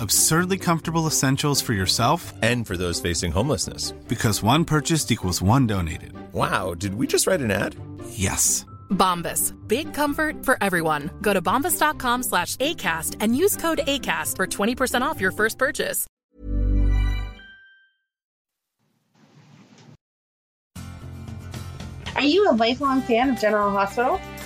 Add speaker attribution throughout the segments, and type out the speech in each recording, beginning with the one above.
Speaker 1: Absurdly comfortable essentials for yourself
Speaker 2: And for those facing homelessness.
Speaker 1: because one purchased equals one donated.
Speaker 2: Wow, did we just write an ad?
Speaker 1: Yes.
Speaker 3: Bombas. Big comfort for everyone. Go to bombas.com slash ACAST and use code ACAST for 20% off your first purchase.
Speaker 4: Are you a lifelong fan of General Hospital?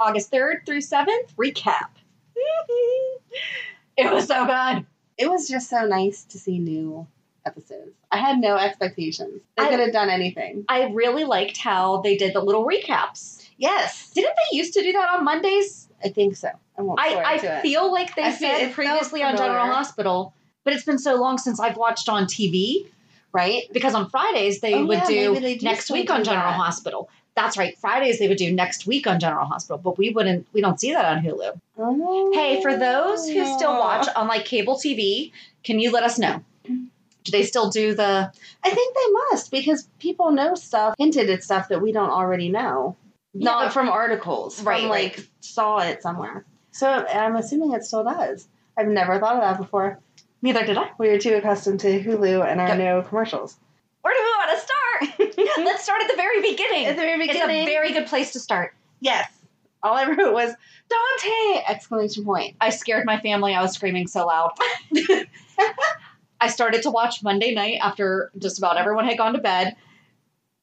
Speaker 5: August 3rd through 7th, recap. It was so good.
Speaker 4: it was just so nice to see new episodes. I had no expectations. They
Speaker 5: I-
Speaker 4: could have done anything.
Speaker 5: I really liked how they did the little recaps.
Speaker 4: Yes,
Speaker 5: Didn't they used to do that on Mondays?
Speaker 4: I think so. I won't swear
Speaker 5: I,
Speaker 4: to
Speaker 5: I
Speaker 4: it.
Speaker 5: feel like they
Speaker 4: I feel- it
Speaker 5: said
Speaker 4: felt
Speaker 5: previously on
Speaker 4: familiar.
Speaker 5: General Hospital, but it's been so long since I've watched on TV, right? Because on Fridays they
Speaker 4: Oh,
Speaker 5: would
Speaker 4: yeah,
Speaker 5: do
Speaker 4: maybe they do
Speaker 5: next
Speaker 4: still
Speaker 5: week
Speaker 4: do
Speaker 5: on General
Speaker 4: that.
Speaker 5: Hospital. That's right. Fridays they would do next week on General Hospital, but we wouldn't. We don't see that on Hulu.
Speaker 4: Oh.
Speaker 5: Hey, for those who still watch on like cable TV, can you let us know? Do they still do the?
Speaker 4: I think they must because people know stuff, hinted at stuff that we don't already know.
Speaker 5: Yeah,
Speaker 4: Not
Speaker 5: but-
Speaker 4: from articles.
Speaker 5: Right,
Speaker 4: From, like, saw it somewhere. So I'm assuming it still does. I've never thought of that before.
Speaker 5: Neither did I.
Speaker 4: We are too accustomed to Hulu and our
Speaker 5: Yep.
Speaker 4: no commercials.
Speaker 5: Where do we want to start? Let's start at the very beginning.
Speaker 4: At the very beginning.
Speaker 5: It's a very good place to start.
Speaker 4: Yes. All I wrote was Dante! Exclamation point.
Speaker 5: I scared my family. I was screaming so loud. I started to watch Monday night after just about everyone had gone to bed.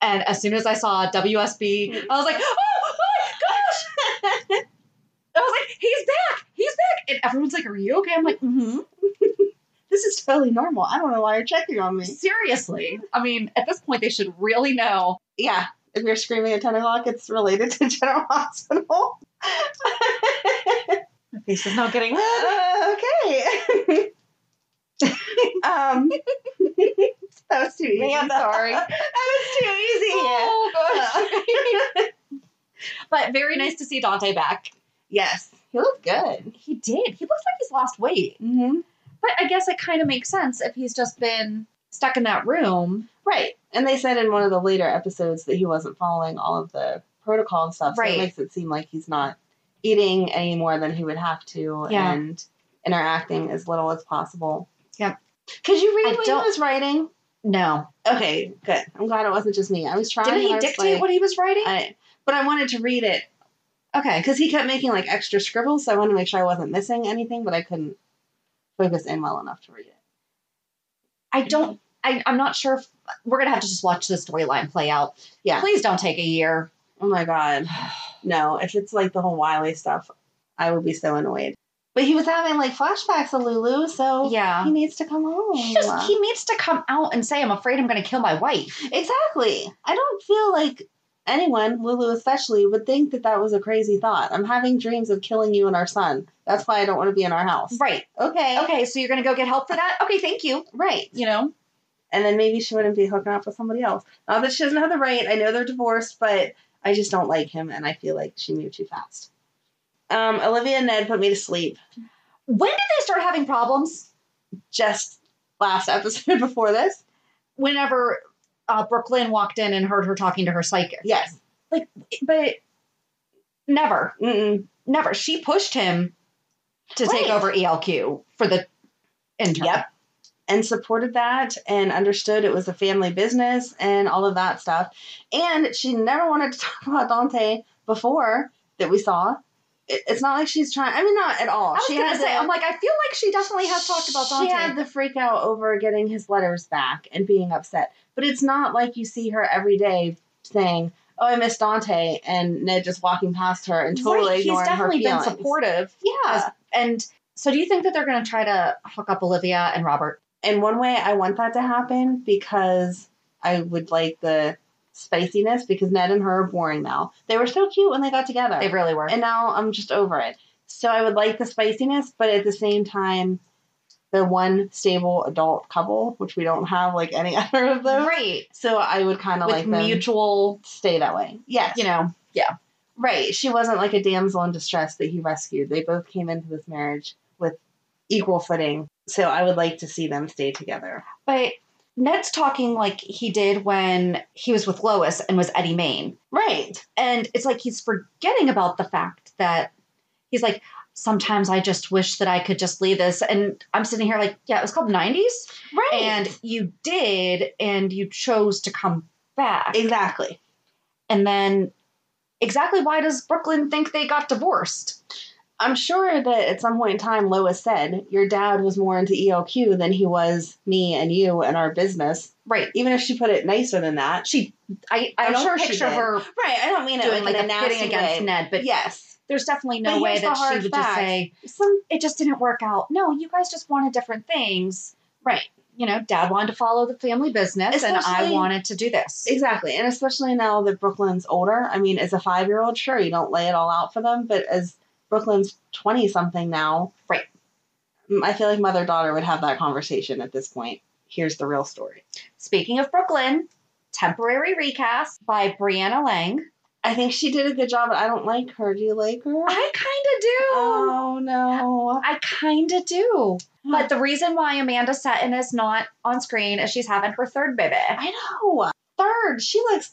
Speaker 5: And as soon as I saw WSB, I was like, oh, oh my gosh! I was like, he's back! He's back! And everyone's like, are you okay? I'm like, mm-hmm.
Speaker 4: This is totally normal. I don't know why you're checking on me.
Speaker 5: Seriously. I mean, at this point, they should really know.
Speaker 4: Yeah. If you're screaming at 10 o'clock, it's related to General Hospital.
Speaker 5: My face is not getting red.
Speaker 4: Uh, okay. um, that was too easy.
Speaker 5: Man, sorry.
Speaker 4: That was too easy.
Speaker 5: Oh, gosh. but very nice to see Dante back.
Speaker 4: Yes. He looked good.
Speaker 5: He did. He looks like he's lost weight.
Speaker 4: Mm-hmm.
Speaker 5: But I guess it kind of makes sense if he's just been stuck in that room.
Speaker 4: Right. And they said in one of the later episodes that he wasn't following all of the protocol and stuff. So
Speaker 5: Right.
Speaker 4: it makes it seem like he's not eating any more than he would have to
Speaker 5: Yeah.
Speaker 4: and interacting as little as possible.
Speaker 5: Yep.
Speaker 4: Could you read
Speaker 5: I
Speaker 4: what
Speaker 5: don't-
Speaker 4: he was writing?
Speaker 5: No.
Speaker 4: Okay, good. I'm glad it wasn't just me. I was trying.
Speaker 5: Didn't
Speaker 4: I
Speaker 5: he
Speaker 4: was
Speaker 5: dictate
Speaker 4: like-
Speaker 5: what he was writing?
Speaker 4: I, but I wanted to read it
Speaker 5: okay.
Speaker 4: because he kept making like extra scribbles, so I wanted to make sure I wasn't missing anything, but I couldn't focus in well enough to read it.
Speaker 5: I don't. I, I'm not sure. if We're gonna have to just watch the storyline play out.
Speaker 4: Yeah.
Speaker 5: Please don't take a year.
Speaker 4: Oh my god, no! If it's like the whole Wiley stuff, I will be so annoyed. But he was having like flashbacks of Lulu, so
Speaker 5: Yeah.
Speaker 4: Oh, he needs to come home.
Speaker 5: He just he needs to come out and say, "I'm afraid I'm gonna kill my wife."
Speaker 4: exactly. I don't feel like Anyone, Lulu especially, would think that that was a crazy thought. I'm having dreams of killing you and our son. That's why I don't want to be in our house.
Speaker 5: Right.
Speaker 4: Okay.
Speaker 5: Okay, so you're going to go get help for that? Okay, thank you.
Speaker 4: Right.
Speaker 5: You know?
Speaker 4: And then maybe she wouldn't be hooking up with somebody else. Not that she doesn't have the right. I know they're divorced, but I just don't like him and I feel like she moved too fast. Um, Olivia and Ned put me to sleep
Speaker 5: When did they start having problems?
Speaker 4: just last episode before this.
Speaker 5: Whenever uh, Brooklyn walked in and heard her talking to her psychic.
Speaker 4: Yes.
Speaker 5: But never,
Speaker 4: Mm-mm.
Speaker 5: never. She pushed him to take
Speaker 4: Right.
Speaker 5: over ELQ for the intern.
Speaker 4: Yep. And supported that and understood it was a family business and all of that stuff. And she never wanted to talk about Dante before that we saw. It, it's not like she's trying, I mean, not at all.
Speaker 5: I was
Speaker 4: She
Speaker 5: going
Speaker 4: had
Speaker 5: to say,
Speaker 4: the-
Speaker 5: I'm like, I feel like she definitely has talked about Dante.
Speaker 4: She had the freak out over getting his letters back and being upset. But it's not like you see her every day saying, Oh, I miss Dante, and Ned just walking past her and totally
Speaker 5: Right,
Speaker 4: ignoring
Speaker 5: he's definitely
Speaker 4: her
Speaker 5: been
Speaker 4: feelings.
Speaker 5: supportive.
Speaker 4: Yeah.
Speaker 5: And so do you think that they're going to try to hook up Olivia and Robert?
Speaker 4: In one way, I want that to happen because I would like the spiciness because Ned and her are boring now. They were so cute when they got together.
Speaker 5: They really were.
Speaker 4: and now I'm just over it. So I would like the spiciness, but at the same time, the one stable adult couple, which we don't have like any other of those.
Speaker 5: right.
Speaker 4: So I would kind of
Speaker 5: With
Speaker 4: like them
Speaker 5: mutual,
Speaker 4: stay that way. Yes.
Speaker 5: you know,
Speaker 4: right. She wasn't like a damsel in distress that he rescued. They both came into this marriage with equal footing. So I would like to see them stay together.
Speaker 5: but Ned's talking like he did when he was with Lois and was Eddie Main.
Speaker 4: Right.
Speaker 5: And it's like he's forgetting about the fact that he's like, sometimes I just wish that I could just leave this. And I'm sitting here like, yeah, it was called 90s.
Speaker 4: Right. And
Speaker 5: And you did, and you chose to come back.
Speaker 4: exactly.
Speaker 5: And then exactly why does Brooklyn think they got divorced?
Speaker 4: I'm sure that at some point in time, Lois said, Your dad was more into ELQ than he was me and you and our business.
Speaker 5: Right.
Speaker 4: Even if she put it nicer than that.
Speaker 5: She I
Speaker 4: I
Speaker 5: I'm
Speaker 4: don't
Speaker 5: sure
Speaker 4: picture
Speaker 5: picture
Speaker 4: it.
Speaker 5: her
Speaker 4: Right. I don't mean
Speaker 5: doing like a
Speaker 4: nasty
Speaker 5: pitting against
Speaker 4: way.
Speaker 5: Ned, but
Speaker 4: Yes.
Speaker 5: there's definitely no
Speaker 4: But
Speaker 5: way
Speaker 4: here's
Speaker 5: that
Speaker 4: the
Speaker 5: she
Speaker 4: hard
Speaker 5: would just
Speaker 4: fact.
Speaker 5: say
Speaker 4: Some
Speaker 5: it just didn't work out. No, you guys just wanted different things.
Speaker 4: right.
Speaker 5: You know, dad wanted to follow the family business and I
Speaker 4: Especially-
Speaker 5: wanted to do this.
Speaker 4: Exactly. And especially now that Brooklyn's older. I mean, as a five year old, sure, you don't lay it all out for them, but as Brooklyn's 20 something now.
Speaker 5: Right.
Speaker 4: mm, I feel like mother daughter would have that conversation at this point. Here's the real story.
Speaker 5: Speaking of Brooklyn, temporary recast by Brianna Lang.
Speaker 4: I think she did a good job, but I don't like her. Do you like her?
Speaker 5: I kinda do.
Speaker 4: oh, no.
Speaker 5: I kinda do. But the reason why Amanda Seton is not on screen is she's having her third baby.
Speaker 4: I know. Third, she looks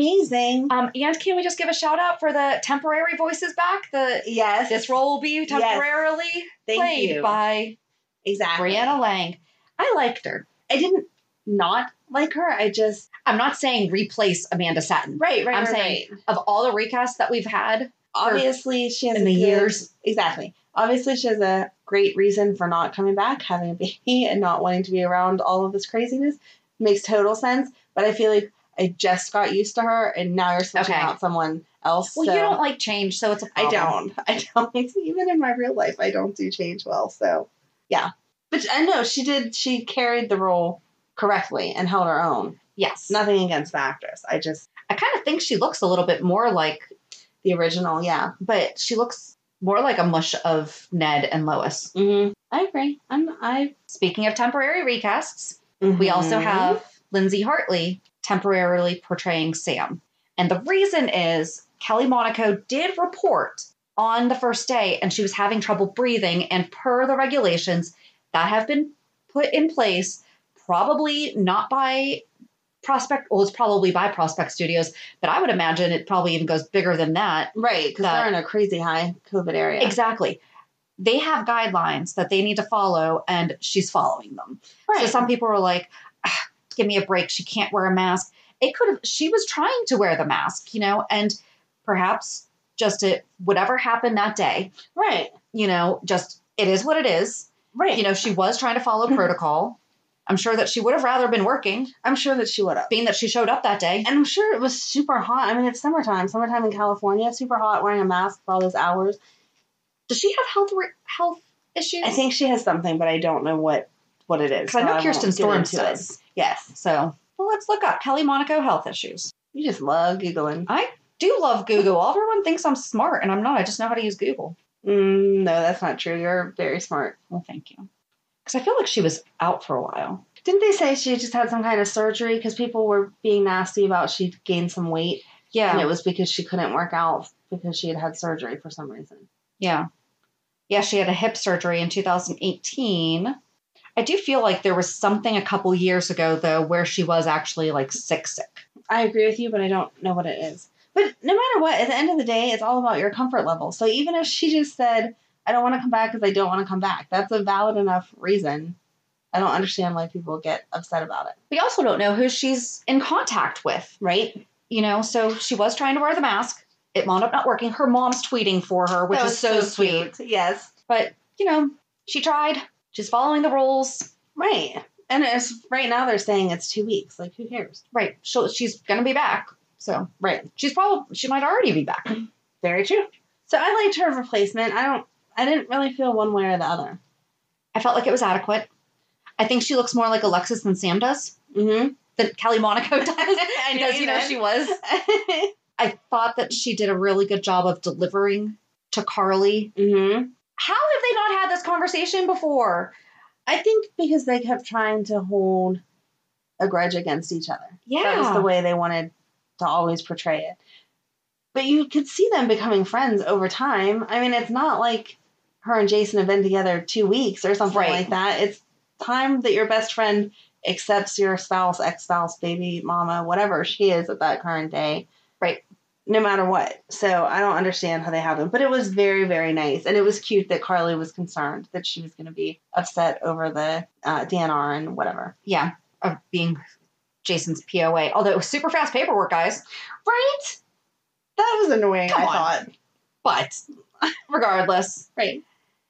Speaker 4: amazing.
Speaker 5: Um, and can we just give a shout out for the temporary voices back? The
Speaker 4: Yes.
Speaker 5: this role will be temporarily
Speaker 4: Thank
Speaker 5: played
Speaker 4: you.
Speaker 5: by
Speaker 4: Exactly.
Speaker 5: Brianna Lang. I liked her.
Speaker 4: I didn't not like her. I just.
Speaker 5: I'm not saying replace Amanda Satin.
Speaker 4: Right, right,
Speaker 5: I'm
Speaker 4: right,
Speaker 5: saying
Speaker 4: right.
Speaker 5: of all the recasts that we've had,
Speaker 4: Obviously, she has
Speaker 5: in
Speaker 4: a
Speaker 5: the
Speaker 4: good-
Speaker 5: years.
Speaker 4: Exactly. Obviously, she has a great reason for not coming back, having a baby, and not wanting to be around all of this craziness. Makes total sense. But I feel like I just got used to her, and now you're switching
Speaker 5: Okay.
Speaker 4: out someone else.
Speaker 5: well,
Speaker 4: so-
Speaker 5: you don't like change, so it's a
Speaker 4: I
Speaker 5: problem.
Speaker 4: don't. I don't. Even in my real life, I don't do change well. So, yeah. But I know she did. She carried the role correctly and held her own.
Speaker 5: Yes,
Speaker 4: Nothing against the actress. I just
Speaker 5: I kind of think she looks a little bit more like,
Speaker 4: the original. Yeah.
Speaker 5: but she looks more like a mush of Ned and Lois.
Speaker 4: Mm-hmm. I agree. I'm. I.
Speaker 5: Speaking of temporary recasts, We also
Speaker 4: Mhm.
Speaker 5: have Lindsay Hartley temporarily portraying Sam. And the reason is Kelly Monaco did report on the first day and she was having trouble breathing. And per the regulations that have been put in place, probably not by Prospect, well, it's probably by Prospect Studios, but I would imagine it probably even goes bigger than that.
Speaker 4: right because
Speaker 5: that-
Speaker 4: they're in a crazy high COVID area.
Speaker 5: Exactly. They have guidelines that they need to follow, and she's following them.
Speaker 4: Right.
Speaker 5: So some people were like, "Ah, "Give me a break. She can't wear a mask." It could have. She was trying to wear the mask, you know, and perhaps just it. Whatever happened that day,
Speaker 4: right.
Speaker 5: you know, just it is what it is.
Speaker 4: Right.
Speaker 5: You know, she was trying to follow protocol. I'm sure that she would have rather been working,
Speaker 4: I'm sure that she would have.
Speaker 5: being that she showed up that day.
Speaker 4: And I'm sure it was super hot. I mean, it's summertime. Summertime in California, super hot, wearing a mask for all those hours.
Speaker 5: Does she have health re- health issues?
Speaker 4: I think she has something, but I don't know what what it is.
Speaker 5: because I know
Speaker 4: so
Speaker 5: Kirsten
Speaker 4: won't get
Speaker 5: Storms
Speaker 4: into it.
Speaker 5: does.
Speaker 4: Yes.
Speaker 5: So well, let's look up Kelly Monaco health issues.
Speaker 4: You just love Googling.
Speaker 5: I do love Google. Everyone thinks I'm smart, and I'm not. I just know how to use Google.
Speaker 4: Mm, no, that's not true. You're very smart.
Speaker 5: Well, thank you. Because I feel like she was out for a while.
Speaker 4: Didn't they say she just had some kind of surgery because people were being nasty about she gained some weight
Speaker 5: Yeah.
Speaker 4: and it was because she couldn't work out because she had had surgery for some reason.
Speaker 5: Yeah. Yeah, she had a hip surgery in 2018. I do feel like there was something a couple years ago though where she was actually like sick sick.
Speaker 4: I agree with you, but I don't know what it is. But no matter what, at the end of the day, it's all about your comfort level. So even if she just said, I don't want to come back because I don't want to come back, that's a valid enough reason. I don't understand why people get upset about it,
Speaker 5: We also don't know who she's in contact with,
Speaker 4: right?
Speaker 5: you know? So she was trying to wear the mask. It wound up not working. Her mom's tweeting for her, which
Speaker 4: That
Speaker 5: is
Speaker 4: was
Speaker 5: so, sweet.
Speaker 4: Yes.
Speaker 5: But, you know, she tried. She's following the rules.
Speaker 4: Right. And it's right now they're saying it's two weeks. Like, who cares?
Speaker 5: Right. She'll, she's going to be back. So
Speaker 4: Right.
Speaker 5: she's probably, she might already be back.
Speaker 4: Very true. So I liked her replacement. I don't. I didn't really feel one way or the other.
Speaker 5: I felt like it was adequate. I think she looks more like Alexis than Sam does.
Speaker 4: Mm-hmm.
Speaker 5: that Kelly Monaco does.
Speaker 4: I know
Speaker 5: because,
Speaker 4: you
Speaker 5: you know,
Speaker 4: did.
Speaker 5: she was. I thought that she did a really good job of delivering to Carly.
Speaker 4: mm-hmm.
Speaker 5: How have they not had this conversation before?
Speaker 4: I think because they kept trying to hold a grudge against each other. That was
Speaker 5: Yeah.
Speaker 4: the way they wanted to always portray it. But you could see them becoming friends over time. I mean, it's not like her and Jason have been together two weeks or something
Speaker 5: Right.
Speaker 4: like that. It's time that your best friend accepts your spouse, ex spouse, baby, mama, whatever she is at that current day.
Speaker 5: Right.
Speaker 4: No matter what. So I don't understand how they haven't. But it was very, very nice. And it was cute that Carly was concerned that she was going to be upset over the uh, DNR and whatever.
Speaker 5: Yeah, of being Jason's POA. Although it was super fast paperwork, guys.
Speaker 4: Right? That was annoying,
Speaker 5: Come
Speaker 4: I
Speaker 5: on.
Speaker 4: thought.
Speaker 5: But regardless.
Speaker 4: Right.
Speaker 5: And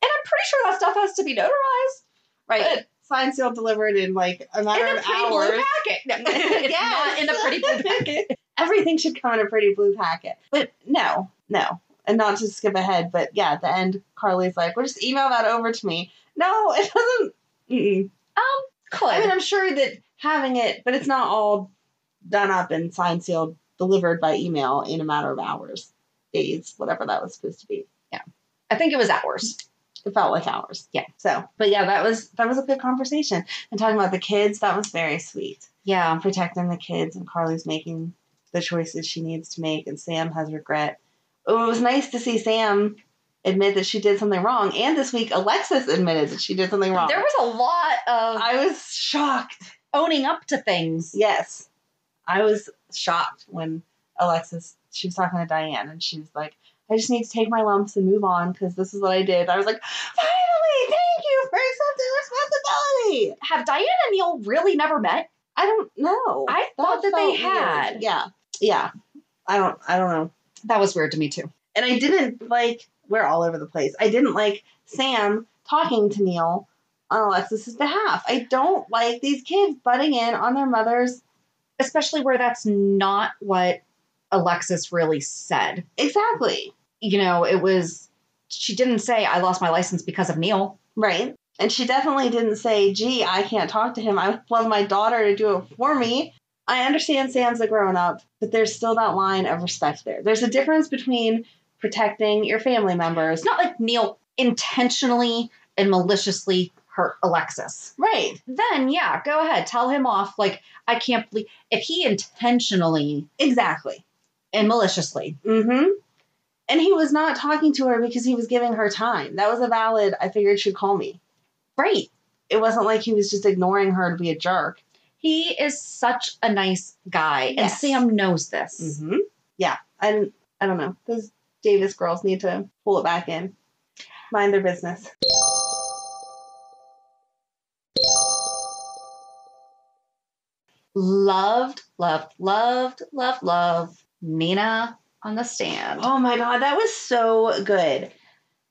Speaker 5: I'm pretty sure that stuff has to be notarized.
Speaker 4: Right.
Speaker 5: Good.
Speaker 4: Signed, sealed, delivered in like a matter
Speaker 5: In a
Speaker 4: of
Speaker 5: pretty
Speaker 4: hours.
Speaker 5: blue packet. No, it's not in a pretty blue packet.
Speaker 4: Everything should come in a pretty blue packet. But no, no. And not to skip ahead, but yeah, at the end, Carly's like, well, just email that over to me. No, it doesn't. Mm-mm.
Speaker 5: Um, could.
Speaker 4: I mean, I'm sure that having it, but it's not all done up and signed, sealed, delivered by email in a matter of hours, days, whatever that was supposed to be.
Speaker 5: I think it was hours.
Speaker 4: It felt like hours.
Speaker 5: Yeah.
Speaker 4: So, but yeah, that was that was a good conversation. And talking about the kids, that was very sweet.
Speaker 5: Yeah.
Speaker 4: I'm protecting the kids, and Carly's making the choices she needs to make, and Sam has regret. Oh, it was nice to see Sam admit that she did something wrong, and this week Alexis admitted that she did something wrong.
Speaker 5: There was a lot of
Speaker 4: I was shocked.
Speaker 5: owning up to things.
Speaker 4: Yes, I was shocked when Alexis she was talking to Diane, and she was like, "I just need to take my lumps and move on because this is what I did." I was like, "Finally, thank you for accepting responsibility."
Speaker 5: Have Diane and Neil really never met?
Speaker 4: I don't know.
Speaker 5: I thought that they
Speaker 4: felt
Speaker 5: had.
Speaker 4: Yeah, yeah. I don't. I don't know.
Speaker 5: That was weird to me too.
Speaker 4: And I didn't like. We're all over the place. I didn't like Sam talking to Neil on Alexis's behalf. I don't like these kids butting in on their mothers.
Speaker 5: Especially where that's not what Alexis really said.
Speaker 4: Exactly.
Speaker 5: You know, it was she didn't say I lost my license because of Neil.
Speaker 4: Right. And she definitely didn't say, "Gee, I can't talk to him. I would love my daughter to do it for me." I understand Sam's a grown up, but there's still that line of respect there. There's a difference between protecting your family members.
Speaker 5: It's not like Neil intentionally and maliciously hurt Alexis.
Speaker 4: Right.
Speaker 5: Then yeah, go ahead, tell him off. Like I can't believe if he intentionally
Speaker 4: Exactly.
Speaker 5: and maliciously.
Speaker 4: Mm-hmm. And he was not talking to her because he was giving her time. That was a valid, I figured she'd call me.
Speaker 5: Great.
Speaker 4: It wasn't like he was just ignoring her to be a jerk.
Speaker 5: He is such a nice guy, and
Speaker 4: Yes.
Speaker 5: Sam knows this.
Speaker 4: Mm-hmm. Yeah. And I don't know. Those Davis girls need to pull it back in. Mind their business.
Speaker 5: loved, loved, loved, loved, loved Nina on the stand.
Speaker 4: Oh my God, that was so good.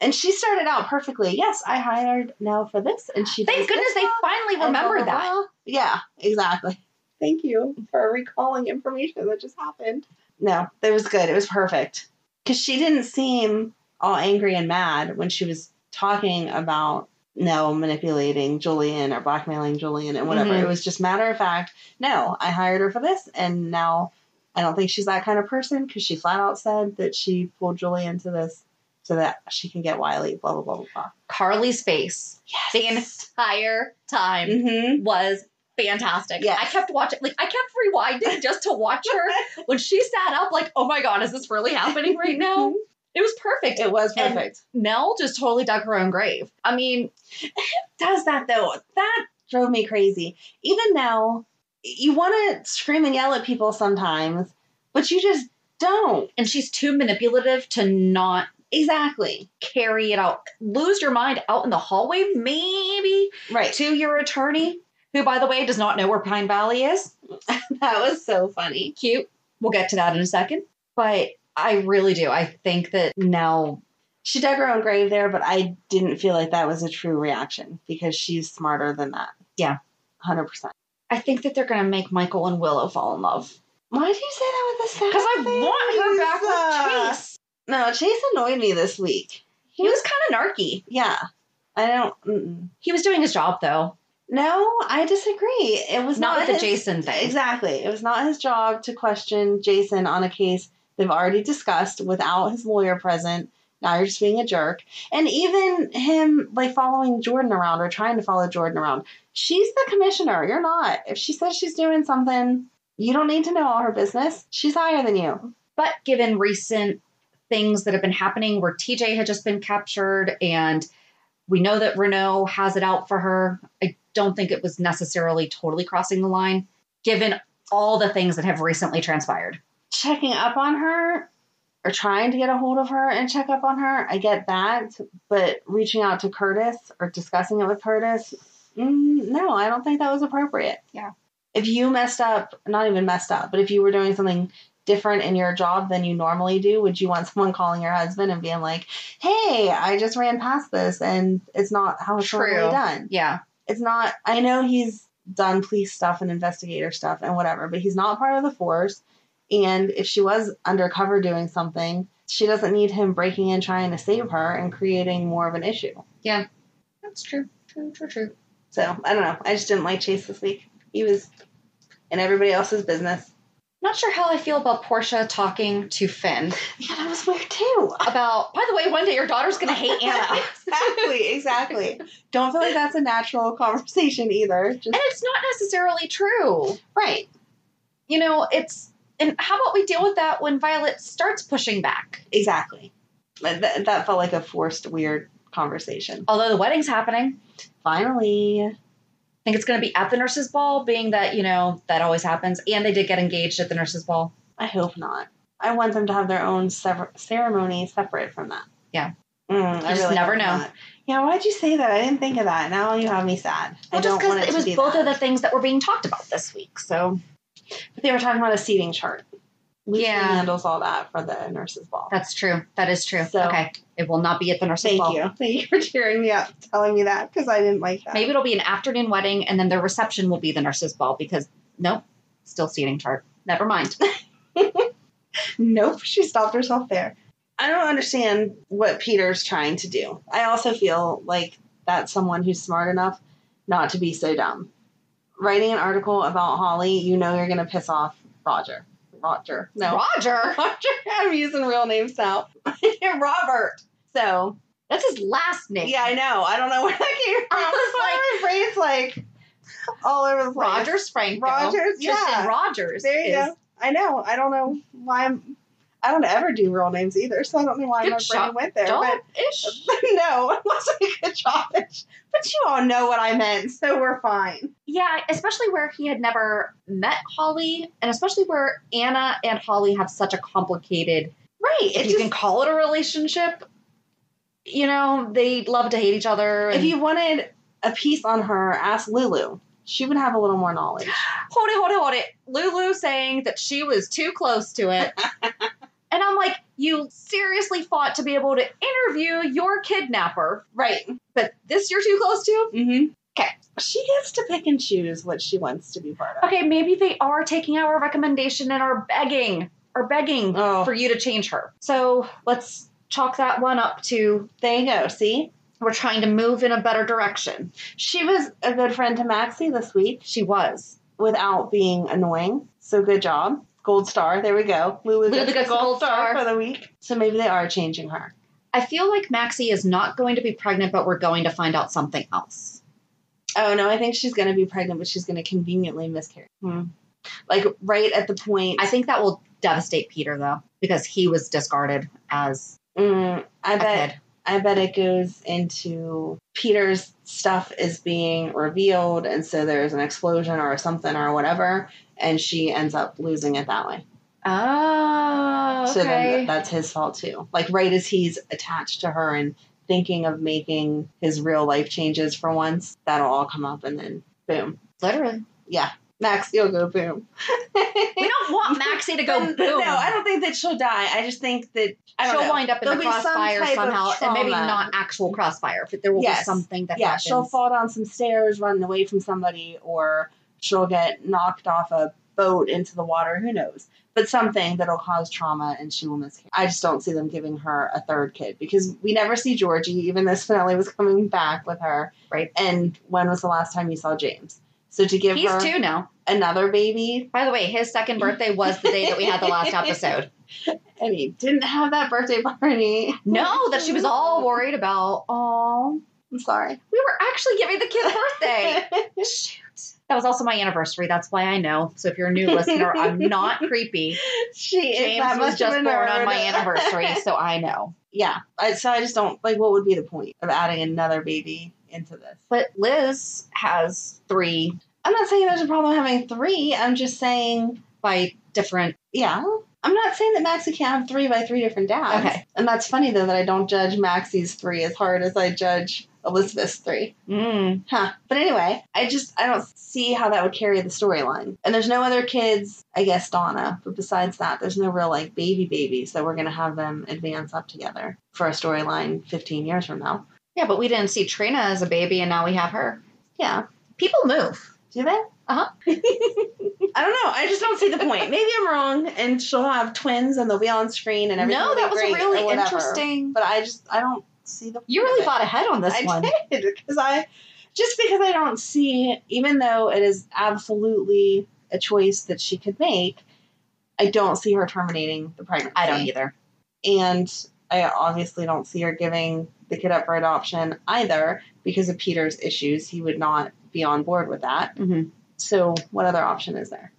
Speaker 4: And she started out perfectly. Yes, I hired now for this. And she
Speaker 5: Thank
Speaker 4: does
Speaker 5: goodness
Speaker 4: this
Speaker 5: they
Speaker 4: job,
Speaker 5: finally
Speaker 4: and blah,
Speaker 5: remembered
Speaker 4: blah,
Speaker 5: that.
Speaker 4: blah. Yeah, exactly. Thank you for recalling information that just happened. No, that was good. It was perfect. Because she didn't seem all angry and mad when she was talking about no manipulating Julian or Mm-hmm. blackmailing Julian and whatever.
Speaker 5: Mhm.
Speaker 4: It was just matter of fact, no, I hired her for this and now I don't think she's that kind of person because she flat out said that she pulled Julie into this so that she can get Wiley, blah, blah, blah, blah, blah.
Speaker 5: Carly's face the entire time
Speaker 4: Mm-hmm.
Speaker 5: was fantastic.
Speaker 4: Yes.
Speaker 5: I kept watching, like I kept rewinding just to watch her when she sat up. Like, oh my god, is this really happening right now? It was perfect.
Speaker 4: Mm-hmm. It was
Speaker 5: And-
Speaker 4: perfect.
Speaker 5: Nell just totally dug her own grave. I mean,
Speaker 4: does that though. That drove me crazy. Even now, you want to scream and yell at people sometimes, but you just don't.
Speaker 5: and she's too manipulative to not
Speaker 4: Exactly.
Speaker 5: carry it out. Lose your mind out in the hallway, maybe
Speaker 4: Right.
Speaker 5: to your attorney, who, by the way, does not know where Pine Valley is.
Speaker 4: That was so funny.
Speaker 5: Cute. We'll get to that in a second. But I really do. I think that Nell
Speaker 4: She dug her own grave there, but I didn't feel like that was a true reaction because she's smarter than that.
Speaker 5: Yeah.
Speaker 4: 100%.
Speaker 5: I think that they're going to make Michael and Willow fall in love.
Speaker 4: Why do you say that with a sad
Speaker 5: Because I want her back
Speaker 4: face?
Speaker 5: with Chase.
Speaker 4: No, Chase annoyed me this week.
Speaker 5: He was kind of narky.
Speaker 4: Yeah. I don't. Mm-mm.
Speaker 5: He was doing his job, though.
Speaker 4: No, I disagree. It was
Speaker 5: Not
Speaker 4: not,
Speaker 5: with the
Speaker 4: his-
Speaker 5: Jason thing.
Speaker 4: Exactly. It was not his job to question Jason on a case they've already discussed without his lawyer present. Now you're just being a jerk. And even him like following Jordan around or trying to follow Jordan around. She's the commissioner. You're not. If she says she's doing something, you don't need to know all her business. She's higher than you.
Speaker 5: But given recent things that have been happening where TJ had just been captured and we know that Renault has it out for her, I don't think it was necessarily totally crossing the line, given all the things that have recently transpired.
Speaker 4: Checking up on her or trying to get a hold of her and check up on her, I get that. But reaching out to Curtis or discussing it with Curtis, mm, no, I don't think that was appropriate.
Speaker 5: Yeah.
Speaker 4: if you messed up, not even messed up, but if you were doing something different in your job than you normally do, would you want someone calling your husband and being like, "Hey, I just ran past this and it's not how it's
Speaker 5: True.
Speaker 4: normally done."
Speaker 5: Yeah.
Speaker 4: It's not. I know he's done police stuff and investigator stuff and whatever, but he's not part of the force. And if she was undercover doing something, she doesn't need him breaking in trying to save her and creating more of an issue.
Speaker 5: Yeah. That's true. True, true, true.
Speaker 4: So I don't know. I just didn't like Chase this week. He was in everybody else's business.
Speaker 5: Not sure how I feel about Portia talking to Finn
Speaker 4: Yeah, that was weird too.
Speaker 5: about, by the way, one day your daughter's going to hate Anna.
Speaker 4: exactly, exactly. Don't feel like that's a natural conversation either. Just
Speaker 5: And it's not necessarily true.
Speaker 4: right.
Speaker 5: You know, it's, and how about we deal with that when Violet starts pushing back?
Speaker 4: Exactly. Like, That, that felt like a forced, weird conversation.
Speaker 5: Although the wedding's happening,
Speaker 4: Finally.
Speaker 5: I think it's going to be at the nurses' ball, being that you know that always happens. And they did get engaged at the nurses' ball.
Speaker 4: I hope not. I want them to have their own sever- ceremony separate from that.
Speaker 5: Yeah.
Speaker 4: Mm, I
Speaker 5: just
Speaker 4: really
Speaker 5: never
Speaker 4: hope
Speaker 5: know.
Speaker 4: not. Yeah, why'd you say that? I didn't think of that. Now you have me sad. I
Speaker 5: Well, just
Speaker 4: don't want
Speaker 5: because
Speaker 4: it,
Speaker 5: it
Speaker 4: to
Speaker 5: was
Speaker 4: be
Speaker 5: both
Speaker 4: that.
Speaker 5: of the things that were being talked about this week. So
Speaker 4: But they were talking about a seating chart. Lucy
Speaker 5: Yeah.
Speaker 4: handles all that for the nurses' ball.
Speaker 5: that's true. That is true.
Speaker 4: So-
Speaker 5: okay, it will not be at the nurses'
Speaker 4: Thank
Speaker 5: ball.
Speaker 4: you. Thank you for cheering me up, telling me that because I didn't like that.
Speaker 5: Maybe it'll be an afternoon wedding, and then the reception will be the nurses' ball because nope, still seating chart. Never mind.
Speaker 4: Nope, she stopped herself there. I don't understand what Peter's trying to do. I also feel like that's someone who's smart enough not to be so dumb. Writing an article about Holly, you know you're going to piss off Roger. Roger. No.
Speaker 5: Roger,
Speaker 4: Roger. I'm using real names now. Robert. So,
Speaker 5: that's his last name.
Speaker 4: yeah, I know. I don't know where that came from.
Speaker 5: I
Speaker 4: my brain's like all over the place.
Speaker 5: Roger Sprank.
Speaker 4: Rogers, yeah.
Speaker 5: Rogers.
Speaker 4: There you
Speaker 5: is-
Speaker 4: go. I know. I don't know why I'm. I don't ever do real names either, so I don't know why
Speaker 5: Good
Speaker 4: my
Speaker 5: job.
Speaker 4: brain went there.
Speaker 5: Don't
Speaker 4: But
Speaker 5: ish.
Speaker 4: no, it wasn't a good job. But you all know what I meant, so we're fine.
Speaker 5: Yeah, especially where he had never met Holly, and especially where Anna and Holly have such a complicated,
Speaker 4: Right.
Speaker 5: if
Speaker 4: It
Speaker 5: you
Speaker 4: just,
Speaker 5: can call it a relationship, you know, they love to hate each other.
Speaker 4: if
Speaker 5: and-
Speaker 4: you wanted a piece on her, ask Lulu. She would have a little more knowledge.
Speaker 5: hold it, hold it, hold it. Lulu saying that she was too close to it. and I'm like, you seriously fought to be able to interview your kidnapper,
Speaker 4: Right.
Speaker 5: but this you're too close to?
Speaker 4: Mm-hmm.
Speaker 5: 'Kay.
Speaker 4: She gets to pick and choose what she wants to be part of.
Speaker 5: Okay, maybe they are taking our recommendation and are begging, are begging
Speaker 4: Oh.
Speaker 5: for you to change her. So let's chalk that one up to
Speaker 4: There you go. See,
Speaker 5: we're trying to move in a better direction.
Speaker 4: she was a good friend to Maxie this week
Speaker 5: She was.
Speaker 4: without being annoying. So good job. Gold star. There we go. Lulu,
Speaker 5: Lulu
Speaker 4: gets, a gold, star, for the week. So maybe they are changing her.
Speaker 5: I feel like Maxie is not going to be pregnant, but we're going to find out something else.
Speaker 4: Oh no, I think she's going to be pregnant, but she's going to conveniently miscarry. Hmm. Like right at the point.
Speaker 5: I think that will devastate Peter though, because he was discarded as
Speaker 4: Mm, I
Speaker 5: a
Speaker 4: bet.
Speaker 5: kid.
Speaker 4: I bet it goes into Peter's stuff is being revealed, and so there's an explosion or something or whatever, and she ends up losing it that way.
Speaker 5: Oh,
Speaker 4: So then th- that's his fault too. Like right as he's attached to her and thinking of making his real life changes for once, that'll all come up, and then boom,
Speaker 5: Literally,
Speaker 4: yeah, Max, you'll go boom.
Speaker 5: we don't want Maxie to go
Speaker 4: No,
Speaker 5: boom.
Speaker 4: I don't think that she'll die. I just think that I don't
Speaker 5: she'll
Speaker 4: know.
Speaker 5: wind up in
Speaker 4: There'll
Speaker 5: the
Speaker 4: be some
Speaker 5: crossfire
Speaker 4: type of
Speaker 5: somehow, and maybe
Speaker 4: trauma.
Speaker 5: not actual crossfire, but there will be
Speaker 4: Yes.
Speaker 5: something that
Speaker 4: yeah,
Speaker 5: happens.
Speaker 4: she'll fall down some stairs, running away from somebody, or she'll get knocked off a boat into the water. Who knows? But something that'll cause trauma, and she will miscarry. I just don't see them giving her a third kid because we never see Georgie. Even this finale was coming back with her.
Speaker 5: Right.
Speaker 4: And when was the last time you saw James? So to give
Speaker 5: He's
Speaker 4: her
Speaker 5: two now.
Speaker 4: another baby,
Speaker 5: By the way, his second birthday was the day that we had the last episode.
Speaker 4: and he didn't have that birthday party.
Speaker 5: No, that she was all worried about. Oh,
Speaker 4: I'm sorry.
Speaker 5: we were actually giving the kid a birthday. Shoot. That was also my anniversary. That's why I know. So if you're a new listener, I'm not creepy.
Speaker 4: she is that
Speaker 5: James
Speaker 4: much
Speaker 5: was
Speaker 4: of
Speaker 5: just
Speaker 4: a
Speaker 5: born on
Speaker 4: nerd.
Speaker 5: my anniversary, so I know.
Speaker 4: yeah. I, so I just don't like. What would be the point of adding another baby into this?
Speaker 5: But Liz has three
Speaker 4: I'm not saying there's a problem having three. I'm just saying,
Speaker 5: by different.
Speaker 4: yeah. I'm not saying that Maxie can't have three by three different dads.
Speaker 5: Okay.
Speaker 4: And that's funny though that I don't judge Maxie's three as hard as I judge Elizabeth's three.
Speaker 5: Mm.
Speaker 4: Huh. But anyway, I just I don't see how that would carry the storyline. And there's no other kids, I guess Donna, but besides that, there's no real like baby babies that we're gonna have them advance up together for a storyline fifteen years from now.
Speaker 5: Yeah, but we didn't see Trina as a baby, and now we have her.
Speaker 4: Yeah.
Speaker 5: People move.
Speaker 4: Do they?
Speaker 5: Uh-huh.
Speaker 4: I don't know. I just don't see the point. Maybe I'm wrong, and she'll have twins, and they'll be on screen, and everything.
Speaker 5: No,
Speaker 4: will be
Speaker 5: that was
Speaker 4: great or
Speaker 5: really
Speaker 4: whatever.
Speaker 5: interesting.
Speaker 4: But I just I don't see the.
Speaker 5: You
Speaker 4: point
Speaker 5: really
Speaker 4: of it.
Speaker 5: thought ahead on this
Speaker 4: I
Speaker 5: one.
Speaker 4: did because I just because I don't see, even though it is absolutely a choice that she could make, I don't see her terminating the pregnancy.
Speaker 5: I don't either.
Speaker 4: and I obviously don't see her giving the kid up for adoption either because of Peter's issues. He would not be on board with that.
Speaker 5: Mm-hmm.
Speaker 4: So, what other option is there?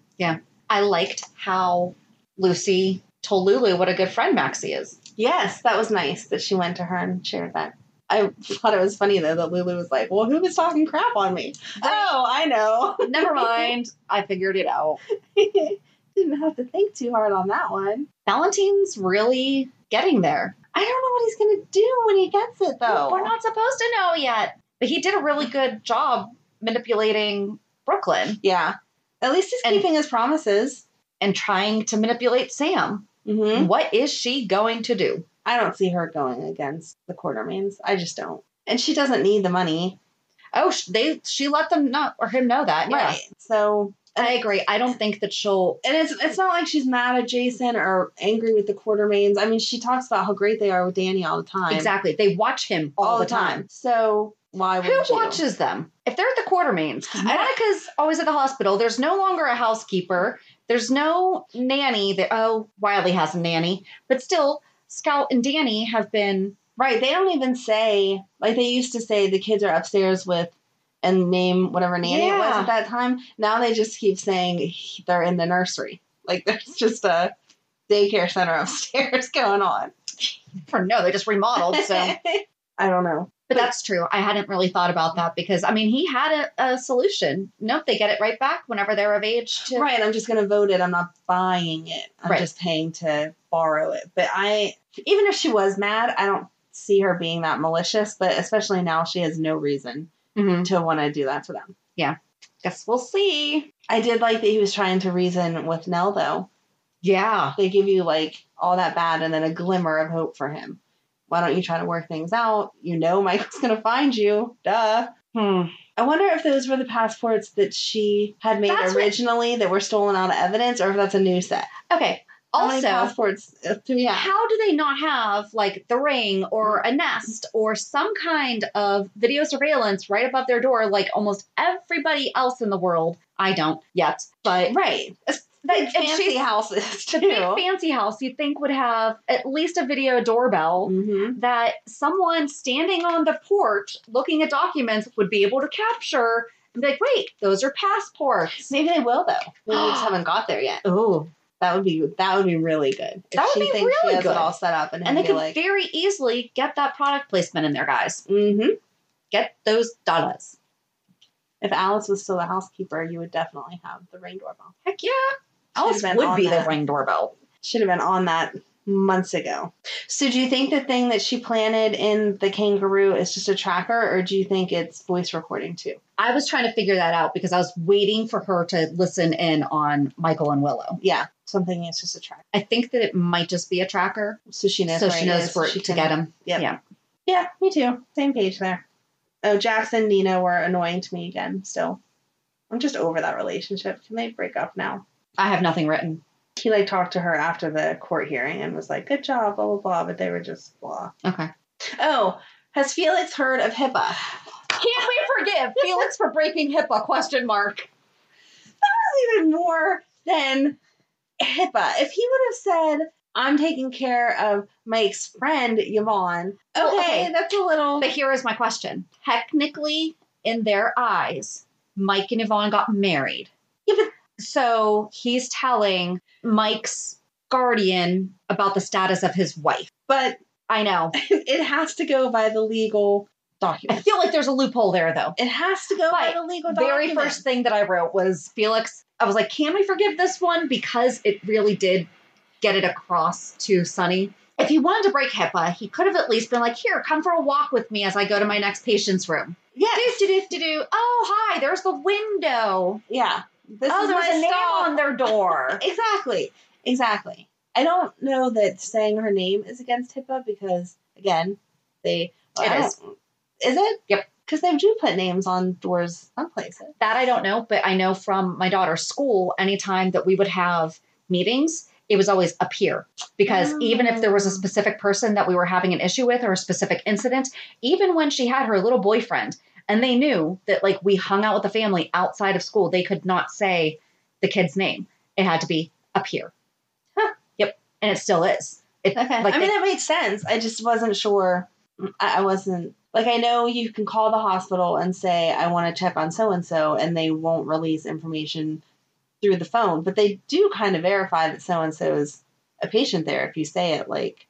Speaker 5: I liked how Lucy told Lulu what a good friend Maxie is.
Speaker 4: Yes, that was nice that she went to her and shared that. I thought it was funny though that Lulu was like, "Well, who was talking crap on me?" Oh, I know.
Speaker 5: Never mind. I figured it out.
Speaker 4: Didn't have to think too hard on that one.
Speaker 5: Valentine's really getting there.
Speaker 4: I don't know what he's gonna do when he gets it though.
Speaker 5: We're not supposed to know yet. But he did a really good job manipulating Brooklyn
Speaker 4: Yeah. At least he's
Speaker 5: And-
Speaker 4: keeping his promises.
Speaker 5: and trying to manipulate Sam.
Speaker 4: Mm-hmm.
Speaker 5: What is she going to do?
Speaker 4: I don't see her going against the Quartermains. I just don't. And she doesn't need the money,
Speaker 5: Oh, sh- they she let them know or him know that. Yeah.
Speaker 4: right? So
Speaker 5: I agree. I don't think that she'll
Speaker 4: and it's it's not like she's mad at Jason or angry with the Quartermains. I mean, she talks about how great they are with Danny all the time.
Speaker 5: exactly. They watch him all, the time.
Speaker 4: So why would
Speaker 5: Who watches them? If they're at the Quartermains, 'cause Monica's always at the hospital. There's no longer a housekeeper. There's no nanny. That oh, Wiley has a nanny, but still, Scout and Danny have been
Speaker 4: Right. They don't even say like they used to say the kids are upstairs with and name whatever nanny it was
Speaker 5: Yeah.
Speaker 4: at that time. Now they just keep saying he- they're in the nursery. Like there's just a daycare center upstairs going on.
Speaker 5: for no. They just remodeled. So,
Speaker 4: I don't know.
Speaker 5: but that's true. I hadn't really thought about that because I mean, he had a, a solution. Nope, they get it right back whenever they're of age. To
Speaker 4: Right. I'm just gonna vote it. I'm not buying it. I'm
Speaker 5: Right.
Speaker 4: just paying to borrow it. But I even if she was mad, I don't see her being that malicious, but especially now she has no reason
Speaker 5: Mhm.
Speaker 4: to want to do that to them.
Speaker 5: Guess we'll see.
Speaker 4: I did like that he was trying to reason with Nell though.
Speaker 5: Yeah.
Speaker 4: they give you like all that bad and then a glimmer of hope for him. Why don't you try to work things out? You know Michael's gonna find you. Duh.
Speaker 5: Hmm.
Speaker 4: I wonder if those were the passports that she had made
Speaker 5: That's what-
Speaker 4: originally that were stolen out of evidence, or if that's a new set.
Speaker 5: Okay.
Speaker 4: How many
Speaker 5: Also,
Speaker 4: passports. uh, Yeah. Mm-hmm.
Speaker 5: how do they not have like the ring or a nest or some kind of video surveillance right above their door like almost everybody else in the world i don't yet but
Speaker 4: Right.
Speaker 5: But
Speaker 4: Big
Speaker 5: if
Speaker 4: fancy
Speaker 5: she's-
Speaker 4: houses
Speaker 5: The
Speaker 4: too.
Speaker 5: big fancy house you'd think would have at least a video doorbell
Speaker 4: mm-hmm.
Speaker 5: that someone standing on the porch looking at documents would be able to capture and be like, wait, those are passports.
Speaker 4: Maybe they will though. We just haven't got there yet.
Speaker 5: Oh,
Speaker 4: That would be that would be really good. If
Speaker 5: That would be
Speaker 4: she thinks
Speaker 5: really
Speaker 4: she has
Speaker 5: good.
Speaker 4: it all set up and,
Speaker 5: and they
Speaker 4: be
Speaker 5: could
Speaker 4: like,
Speaker 5: very easily get that product placement in there, guys.
Speaker 4: mm-hmm.
Speaker 5: Get those dollars.
Speaker 4: If Alice was still the housekeeper, you would definitely have the ring doorbell.
Speaker 5: Heck yeah.
Speaker 4: Should've
Speaker 5: Alice
Speaker 4: been
Speaker 5: would
Speaker 4: on
Speaker 5: be
Speaker 4: that.
Speaker 5: the ring doorbell.
Speaker 4: Should have been on that months ago. So do you think the thing that she planted in the kangaroo is just a tracker or do you think it's voice recording too?
Speaker 5: I was trying to figure that out because I was waiting for her to listen in on Michael and Willow.
Speaker 4: Yeah. Something is just a tracker.
Speaker 5: I think that it might just be a tracker.
Speaker 4: So she knows
Speaker 5: so
Speaker 4: where
Speaker 5: she
Speaker 4: it
Speaker 5: knows
Speaker 4: is,
Speaker 5: where
Speaker 4: she
Speaker 5: to
Speaker 4: can-
Speaker 5: get him.
Speaker 4: Yep.
Speaker 5: Yeah.
Speaker 4: Yeah, me too. Same page there. Oh, Jackson, Nina were annoying to me again still. I'm just over that relationship. Can they break up now?
Speaker 5: I have nothing written.
Speaker 4: he like talked to her after the court hearing and was like, "Good job, blah blah blah," but they were just blah.
Speaker 5: Okay.
Speaker 4: Oh, has Felix heard of HIPAA?
Speaker 5: Can we forgive Felix for breaking HIPAA? Question mark.
Speaker 4: That's even more than HIPAA. If he would have said, "I'm taking care of Mike's friend Yvonne,"
Speaker 5: Well,
Speaker 4: okay,
Speaker 5: Oh, okay.
Speaker 4: that's a little.
Speaker 5: But here is my question. Technically, in their eyes, Mike and Yvonne got married.
Speaker 4: Yeah, but-
Speaker 5: So he's telling Mike's guardian about the status of his wife.
Speaker 4: But
Speaker 5: I know.
Speaker 4: it has to go by the legal
Speaker 5: I
Speaker 4: document.
Speaker 5: feel like there's a loophole there, though.
Speaker 4: It has to go by
Speaker 5: But
Speaker 4: the legal
Speaker 5: very
Speaker 4: document.
Speaker 5: first thing that I wrote was Felix. I was like, can we forgive this one? Because it really did get it across to Sonny. If he wanted to break HIPAA, he could have at least been like, here, come for a walk with me as I go to my next patient's room.
Speaker 4: Yes.
Speaker 5: Do, do, do, do, do. Oh, hi, there's the window.
Speaker 4: Yeah. This
Speaker 5: oh,
Speaker 4: is
Speaker 5: there's
Speaker 4: my
Speaker 5: a name
Speaker 4: stall.
Speaker 5: on their door.
Speaker 4: Exactly. Exactly. I don't know that saying her name is against HIPAA because, again, they.
Speaker 5: It
Speaker 4: I
Speaker 5: is.
Speaker 4: don't- Is it?
Speaker 5: Yep.
Speaker 4: Because they do put names on doors some places.
Speaker 5: that I don't know, but I know from my daughter's school, anytime that we would have meetings, it was always up here because even if there was a
Speaker 4: Oh.
Speaker 5: specific person that we were having an issue with or a specific incident, even when she had her little boyfriend and they knew that like we hung out with the family outside of school, they could not say the kid's name. It had to be up here.
Speaker 4: Huh.
Speaker 5: Yep. And it still is. It,
Speaker 4: Okay.
Speaker 5: Like
Speaker 4: I mean,
Speaker 5: they-
Speaker 4: that makes sense. I just wasn't sure. I, I wasn't. Like, I know you can call the hospital and say, I want to check on so and so, and they won't release information through the phone, but they do kind of verify that so and so is a patient there if you say it like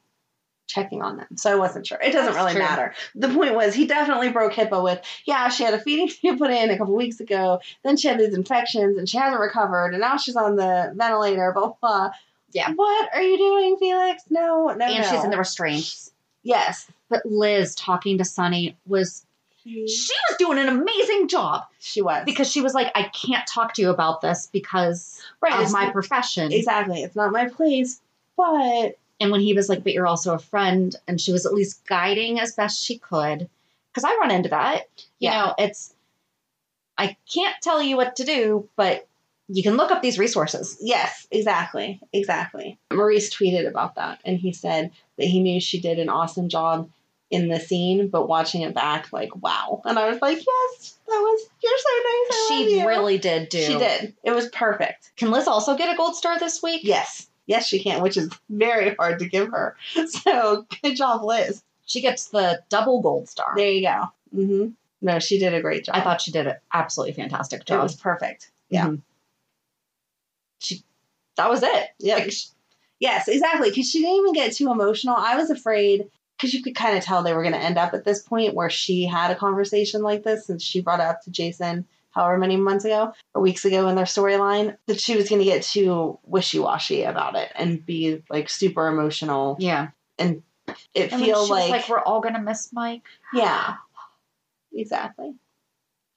Speaker 4: checking on them. So I wasn't sure. It doesn't
Speaker 5: That's
Speaker 4: really
Speaker 5: true.
Speaker 4: matter. The point was, he definitely broke HIPAA with, yeah, she had a feeding tube put in a couple weeks ago, then she had these infections, and she hasn't recovered, and now she's on the ventilator, blah, blah.
Speaker 5: Yeah.
Speaker 4: What are you doing, Felix? No, no,
Speaker 5: and
Speaker 4: no.
Speaker 5: she's in the restraints.
Speaker 4: Yes.
Speaker 5: But Liz talking to Sunny was she was doing an amazing job.
Speaker 4: She was.
Speaker 5: because she was like, I can't talk to you about this because
Speaker 4: right,
Speaker 5: of my profession.
Speaker 4: Exactly. It's not my place, but
Speaker 5: And when he was like, But you're also a friend, and she was at least guiding as best she could. Because I run into that. You
Speaker 4: Yeah.
Speaker 5: know, it's, I can't tell you what to do, but you can look up these resources.
Speaker 4: Yes, exactly. Exactly. Maurice tweeted about that and he said that he knew she did an awesome job in the scene, but watching it back, like, wow. And I was like, yes, that was, you're so nice. I love
Speaker 5: She
Speaker 4: you.
Speaker 5: really did do.
Speaker 4: She did. It was perfect.
Speaker 5: Can Liz also get a gold star this week?
Speaker 4: Yes. Yes, she can, which is very hard to give her. So good job, Liz.
Speaker 5: She gets the double gold star.
Speaker 4: There you go. hmm No, she did a great job.
Speaker 5: I thought she did an absolutely fantastic
Speaker 4: it
Speaker 5: job.
Speaker 4: was perfect. Yeah.
Speaker 5: Mhm. She, that was it.
Speaker 4: Yeah.
Speaker 5: Like, she-
Speaker 4: Yes, exactly. Because she didn't even get too emotional. I was afraid because you could kind of tell they were going to end up at this point where she had a conversation like this since she brought it up to Jason however many months ago or weeks ago in their storyline that she was going to get too wishy washy about it and be like super emotional
Speaker 5: yeah.
Speaker 4: and it
Speaker 5: I mean,
Speaker 4: feel
Speaker 5: she was
Speaker 4: like,
Speaker 5: like we're all gonna miss Mike.
Speaker 4: yeah, exactly.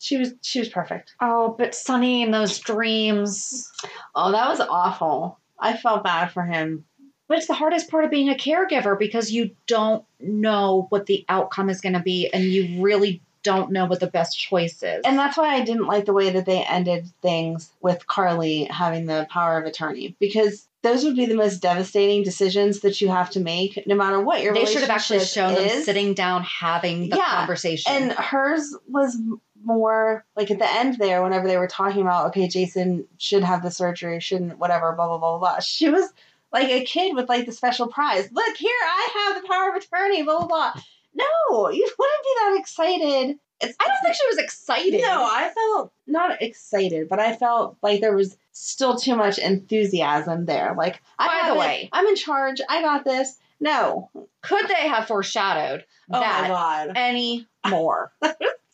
Speaker 4: She was she was perfect.
Speaker 5: Oh, but Sunny and those dreams.
Speaker 4: Oh, that was awful. I felt bad for him.
Speaker 5: But it's the hardest part of being a caregiver because you don't know what the outcome is gonna be, and you really don't know what the best choice is.
Speaker 4: And that's why I didn't like the way that they ended things with Carly having the power of attorney because those would be the most devastating decisions that you have to make, no matter what your
Speaker 5: they should have actually shown
Speaker 4: relationship
Speaker 5: them
Speaker 4: is.
Speaker 5: sitting down having the
Speaker 4: Yeah,
Speaker 5: conversation.
Speaker 4: And hers was more like at the end there, whenever they were talking about, okay, Jason should have the surgery, shouldn't, whatever, blah, blah, blah, blah, blah. She was like a kid with like the special prize. Look, here, I have the power of attorney, blah, blah, blah. No, you wouldn't be that excited. It's,
Speaker 5: I don't think she was excited.
Speaker 4: no, I felt not excited, but I felt like there was still too much enthusiasm there. Like, I
Speaker 5: By
Speaker 4: have
Speaker 5: the
Speaker 4: it.
Speaker 5: way-
Speaker 4: I'm in charge. I got this. No,
Speaker 5: Could they have foreshadowed
Speaker 4: oh my
Speaker 5: that
Speaker 4: god,
Speaker 5: any more?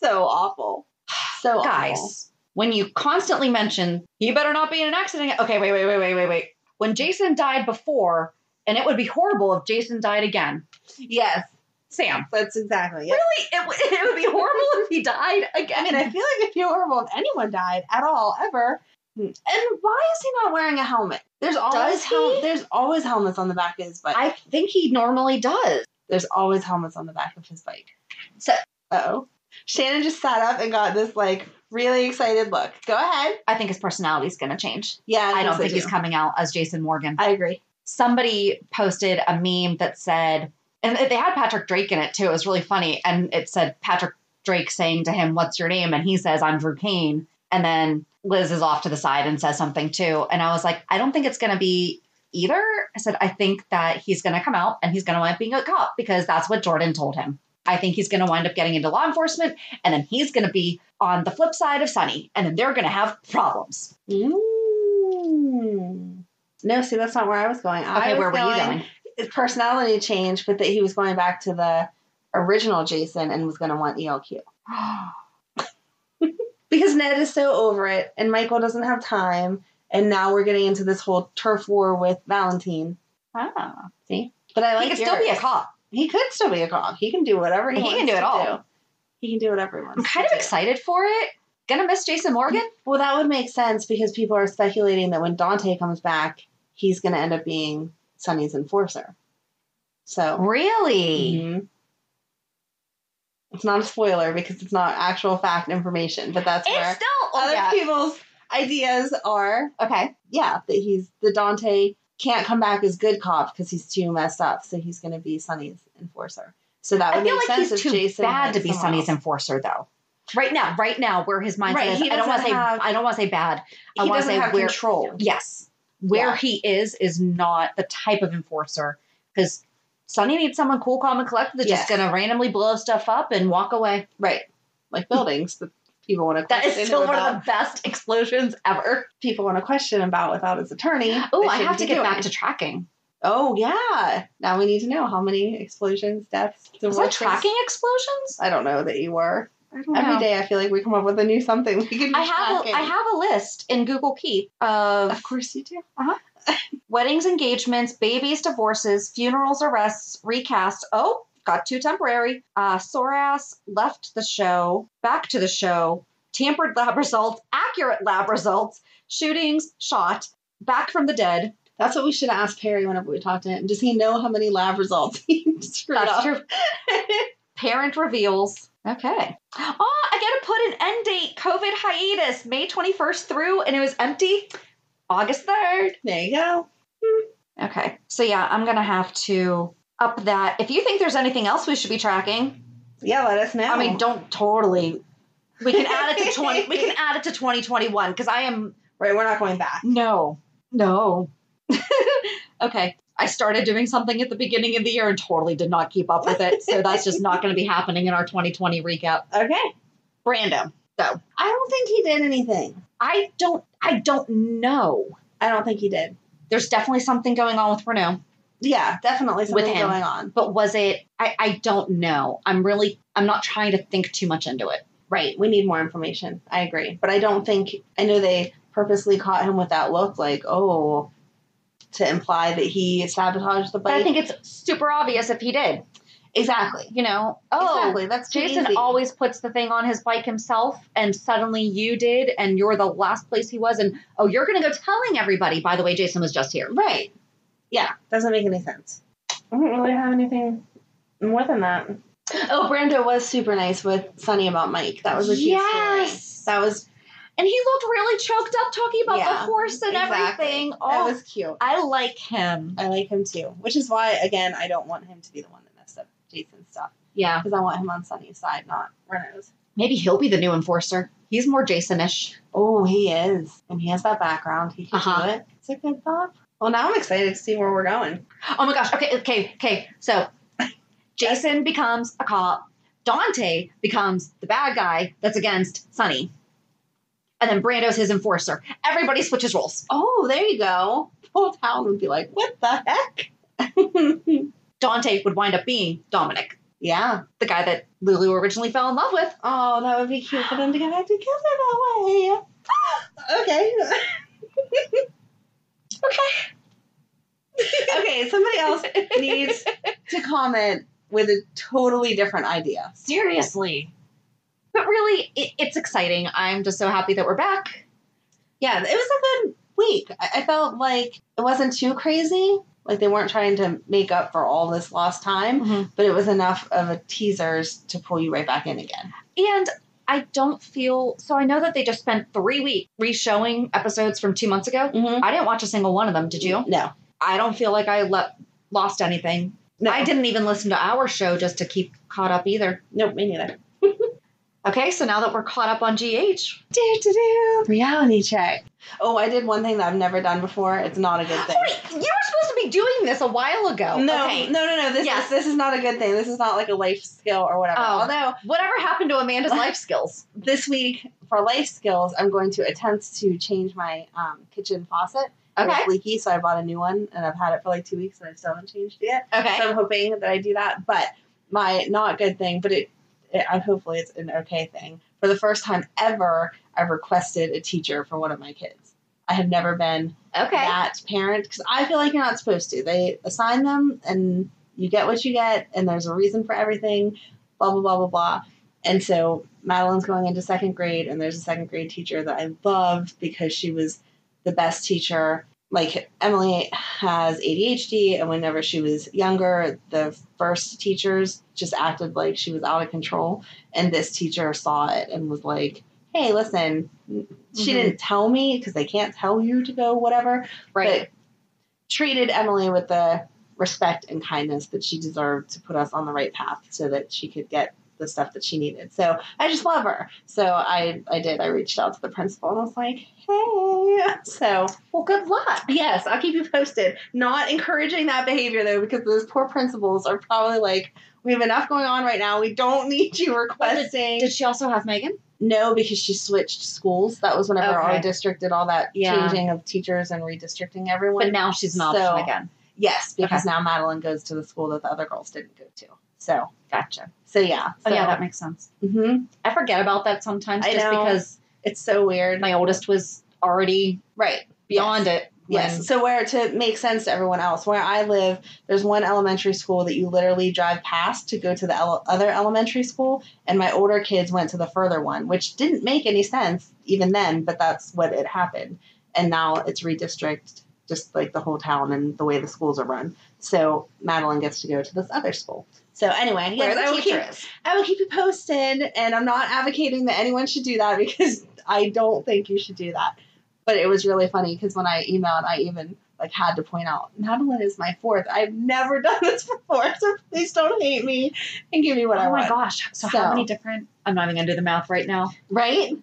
Speaker 4: so awful. So awful.
Speaker 5: Guys, when you constantly mention, he better not be in an accident. Okay, wait, wait, wait, wait, wait, wait. When Jason died before, and it would be horrible if Jason died again.
Speaker 4: Yes,
Speaker 5: Sam,
Speaker 4: that's exactly. It.
Speaker 5: really, it, w- it would be horrible if he died
Speaker 4: I mean, I feel
Speaker 5: again.
Speaker 4: like it'd be horrible if anyone died at all ever. And why is he not wearing a helmet? There's always
Speaker 5: Does
Speaker 4: hel-
Speaker 5: he?
Speaker 4: there's always helmets on the back of his bike.
Speaker 5: I think he normally does.
Speaker 4: there's always helmets on the back of his bike.
Speaker 5: So-
Speaker 4: uh oh, Shannon just sat up and got this like really excited look. Go ahead.
Speaker 5: I think his personality is going to change.
Speaker 4: Yeah,
Speaker 5: I don't
Speaker 4: guess
Speaker 5: think
Speaker 4: do.
Speaker 5: he's coming out as Jason Morgan.
Speaker 4: I agree.
Speaker 5: somebody posted a meme that said, and they had Patrick Drake in it too. It was really funny. And it said Patrick Drake saying to him, What's your name? And he says, I'm Drew Payne. And then Liz is off to the side and says something too. And I was like, I don't think it's going to be either. I said, I think that he's going to come out and he's going to wind up being a cop because that's what Jordan told him. I think he's going to wind up getting into law enforcement. And then he's going to be on the flip side of Sunny. And then they're going to have problems.
Speaker 4: Mm. No, see, that's not where I was going.
Speaker 5: Okay,
Speaker 4: I was
Speaker 5: where were you going?
Speaker 4: his Personality change, but that he was going back to the original Jason and was going to want E ELQ.
Speaker 5: Ah,
Speaker 4: because Ned is so over it and Michael doesn't have time. And now we're getting into this whole turf war with Valentine.
Speaker 5: Ah.
Speaker 4: See? But I like
Speaker 5: he could still be a
Speaker 4: yours.
Speaker 5: cop.
Speaker 4: He could still be a cop. He can do whatever he,
Speaker 5: He can
Speaker 4: wants
Speaker 5: do it
Speaker 4: to
Speaker 5: all.
Speaker 4: do. He can do whatever he wants.
Speaker 5: I'm
Speaker 4: to
Speaker 5: kind of
Speaker 4: do.
Speaker 5: excited for it. Gonna miss Jason Morgan?
Speaker 4: Well, that would make sense because people are speculating that when Dante comes back, he's going to end up being Sonny's enforcer. So,
Speaker 5: Really?
Speaker 4: Mhm. it's not a spoiler because it's not actual fact information, but that's where
Speaker 5: It's still oh,
Speaker 4: other
Speaker 5: yeah.
Speaker 4: people's ideas are.
Speaker 5: okay.
Speaker 4: Yeah, that he's the Dante can't come back as good cop because he's too messed up, so he's going to be Sonny's enforcer. So that would
Speaker 5: I feel
Speaker 4: make
Speaker 5: like
Speaker 4: sense
Speaker 5: he's
Speaker 4: if
Speaker 5: too
Speaker 4: Jason
Speaker 5: bad
Speaker 4: went
Speaker 5: to be
Speaker 4: somewhere
Speaker 5: Sonny's
Speaker 4: else.
Speaker 5: enforcer though. Right now, right now, where his mindset
Speaker 4: Right,
Speaker 5: is,
Speaker 4: he
Speaker 5: I don't want to
Speaker 4: doesn't
Speaker 5: say
Speaker 4: have-
Speaker 5: I don't want to say bad. I
Speaker 4: He
Speaker 5: want to
Speaker 4: doesn't
Speaker 5: say
Speaker 4: have
Speaker 5: where
Speaker 4: control.
Speaker 5: yes, where
Speaker 4: Yeah.
Speaker 5: he is is not the type of enforcer because Sonny needs someone cool, calm, and collected that's just
Speaker 4: Yes.
Speaker 5: gonna randomly blow stuff up and walk away.
Speaker 4: Right. Like buildings that people want to
Speaker 5: That
Speaker 4: question
Speaker 5: is still
Speaker 4: him
Speaker 5: one
Speaker 4: about.
Speaker 5: of the best explosions ever.
Speaker 4: people want to question about without his attorney.
Speaker 5: Oh,
Speaker 4: they
Speaker 5: I
Speaker 4: shouldn't
Speaker 5: have to
Speaker 4: be
Speaker 5: get
Speaker 4: doing.
Speaker 5: back to tracking.
Speaker 4: Oh yeah. Now we need to know how many explosions, deaths,
Speaker 5: Was that
Speaker 4: divorces.
Speaker 5: tracking explosions?
Speaker 4: I don't know that you were.
Speaker 5: I don't
Speaker 4: Every day I feel like we come up with a new something. We could be
Speaker 5: I have a,
Speaker 4: tracking.
Speaker 5: I have a list in Google Keep of
Speaker 4: Of course you do.
Speaker 5: Uh-huh. weddings, engagements, babies, divorces, funerals, arrests, recasts. Oh, got too temporary. Uh, Soras left the show, back to the show, tampered lab results, accurate lab results, shootings, shot, back from the dead.
Speaker 4: That's what we should ask Perry whenever we talk to him. Does he know how many lab results he screwed
Speaker 5: That's
Speaker 4: up?
Speaker 5: true. Parent reveals. Okay. Oh, I gotta put an end date. COVID hiatus, May 21st through, and it was empty August 3rd.
Speaker 4: There you go.
Speaker 5: Okay. So yeah, I'm gonna have to up that. If you think there's anything else we should be tracking,
Speaker 4: Yeah, let us know.
Speaker 5: I mean, don't totally. We can add it to twenty. we can add it to 2021 because I am
Speaker 4: right, we're not going back.
Speaker 5: no, no. okay. I started doing something at the beginning of the year and totally did not keep up with it. So that's just not going to be happening in our 2020 recap.
Speaker 4: Okay.
Speaker 5: Brando. So
Speaker 4: I don't think he did anything.
Speaker 5: I don't. I don't know.
Speaker 4: I don't think he did.
Speaker 5: There's definitely something going on with Renault.
Speaker 4: Yeah, definitely something
Speaker 5: him.
Speaker 4: going on.
Speaker 5: but was it I, I don't know i'm really i'm not trying to think too much into it
Speaker 4: Right. We need more information. I agree. But I don't think, I know they purposely caught him with that look like, oh, to imply that he sabotaged the
Speaker 5: but
Speaker 4: bike.
Speaker 5: i think it's super obvious if he did
Speaker 4: exactly.
Speaker 5: you know oh
Speaker 4: exactly. That's too
Speaker 5: jason
Speaker 4: easy.
Speaker 5: always puts the thing on his bike himself and suddenly you did and you're the last place he was and oh you're gonna go telling everybody by the way jason was just here
Speaker 4: Right. Yeah. Doesn't make any sense. I don't really have anything more than that. Oh, Brando was super nice with Sonny about Mike. That was a huge
Speaker 5: Yes.
Speaker 4: story. That was
Speaker 5: and he looked really choked up talking about
Speaker 4: Yeah,
Speaker 5: the horse and
Speaker 4: exactly.
Speaker 5: everything
Speaker 4: that
Speaker 5: oh
Speaker 4: was cute.
Speaker 5: i like him
Speaker 4: I like him too, which is why again I don't want him to be the one that messed up Jason's stuff
Speaker 5: yeah
Speaker 4: because I want him on Sonny's side, not Rena's.
Speaker 5: Maybe he'll be the new enforcer. He's more Jason-ish.
Speaker 4: Oh, he is. And he has that background. He can
Speaker 5: Uh-huh.
Speaker 4: do it. It's a good thought. Well, now I'm excited to see where we're going.
Speaker 5: Oh my gosh. Okay, okay, okay. So Jason becomes a cop. Dante becomes the bad guy that's against Sonny. And then Brando's his enforcer. Everybody switches roles.
Speaker 4: Oh, there you go. Whole town would be like, what the heck?
Speaker 5: Dante would wind up being Dominic,
Speaker 4: yeah.
Speaker 5: the guy that Lulu originally fell in love with.
Speaker 4: Oh, that would be cute for them to get back together that way. Ah, okay. okay. okay, somebody else needs to comment with a totally different idea.
Speaker 5: Seriously. But really, it, it's exciting. I'm just so happy that we're back.
Speaker 4: Yeah, it was a good week. I, I felt like it wasn't too crazy. Like they weren't trying to make up for all this lost time,
Speaker 5: Mhm.
Speaker 4: but it was enough of a teasers to pull you right back in again.
Speaker 5: And I don't feel so. I know that they just spent three weeks reshowing episodes from two months ago.
Speaker 4: Mm-hmm.
Speaker 5: I didn't watch a single one of them. Did you?
Speaker 4: No.
Speaker 5: I don't feel like I le- lost anything.
Speaker 4: No.
Speaker 5: I didn't even listen to our show just to keep caught up either.
Speaker 4: Nope, me neither.
Speaker 5: Okay, so now that we're caught up on GH,
Speaker 4: Do, do, do. Reality check. Oh, I did one thing that I've never done before. It's not a good thing.
Speaker 5: Wait, you were supposed to be doing this a while ago.
Speaker 4: No,
Speaker 5: Oh, Okay.
Speaker 4: no, no, no. This
Speaker 5: Yes.
Speaker 4: is this is not a good thing. This is not like a life skill or whatever.
Speaker 5: Oh.
Speaker 4: Although
Speaker 5: Whatever happened to Amanda's life skills?
Speaker 4: this week for life skills, I'm going to attempt to change my um, kitchen faucet. It was
Speaker 5: Okay.
Speaker 4: leaky, so I bought a new one, and I've had it for like two weeks, and I still haven't changed it yet.
Speaker 5: Okay.
Speaker 4: So I'm hoping that I do that. But my not good thing, but it, it I hopefully it's an okay thing. For the first time ever, I requested a teacher for one of my kids. I have never been
Speaker 5: okay.
Speaker 4: that parent because I feel like you're not supposed to. They assign them and you get what you get, and there's a reason for everything, blah, blah, blah, blah, blah. And so Madeline's going into second grade, and there's a second grade teacher that I loved because she was the best teacher. Like Emily has ADHD, and whenever she was younger, the first teachers just acted like she was out of control. And this teacher saw it and was like, hey, listen, she
Speaker 5: Mhm.
Speaker 4: didn't tell me because they can't tell you to go whatever
Speaker 5: right.
Speaker 4: but treated Emily with the respect and kindness that she deserved to put us on the right path so that she could get the stuff that she needed. So I just love her. So I, I did. I reached out to the principal and was like, hey. So
Speaker 5: Well, good luck.
Speaker 4: yes, I'll keep you posted. Not encouraging that behavior though, because those poor principals are probably like, we have enough going on right now. We don't need you requesting.
Speaker 5: Did she also have Megan?
Speaker 4: No, because she switched schools. That was whenever
Speaker 5: Okay.
Speaker 4: our district did all that
Speaker 5: Yeah.
Speaker 4: changing of teachers and redistricting everyone.
Speaker 5: But now she's an option
Speaker 4: So-
Speaker 5: again.
Speaker 4: Yes, because now Madeline goes to the school that the other girls didn't go to. So,
Speaker 5: Gotcha.
Speaker 4: so yeah.
Speaker 5: Oh
Speaker 4: So,
Speaker 5: yeah, that makes sense.
Speaker 4: hmm
Speaker 5: I forget about that sometimes
Speaker 4: I
Speaker 5: just
Speaker 4: know.
Speaker 5: because
Speaker 4: It's so weird.
Speaker 5: my oldest was already
Speaker 4: right.
Speaker 5: beyond it. when-
Speaker 4: Yes. So where to make sense to everyone else, where I live, there's one elementary school that you literally drive past to go to the ele- other elementary school, and my older kids went to the further one, which didn't make any sense even then, but that's what it happened. And now it's redistricted, just like the whole town and the way the schools are run. So Madeline gets to go to this other school. So anyway,
Speaker 5: where
Speaker 4: yes, I
Speaker 5: the
Speaker 4: will
Speaker 5: teacher
Speaker 4: keep-
Speaker 5: is.
Speaker 4: I will keep you posted, and I'm not advocating that anyone should do that because I don't think you should do that. But it was really funny because when I emailed, I even like had to point out Madeline is my fourth. I've never done this before, so please don't hate me and give me what I
Speaker 5: oh my
Speaker 4: want.
Speaker 5: gosh. So, how
Speaker 4: So-
Speaker 5: many different I'm not even gonna do the math right now.
Speaker 4: Right?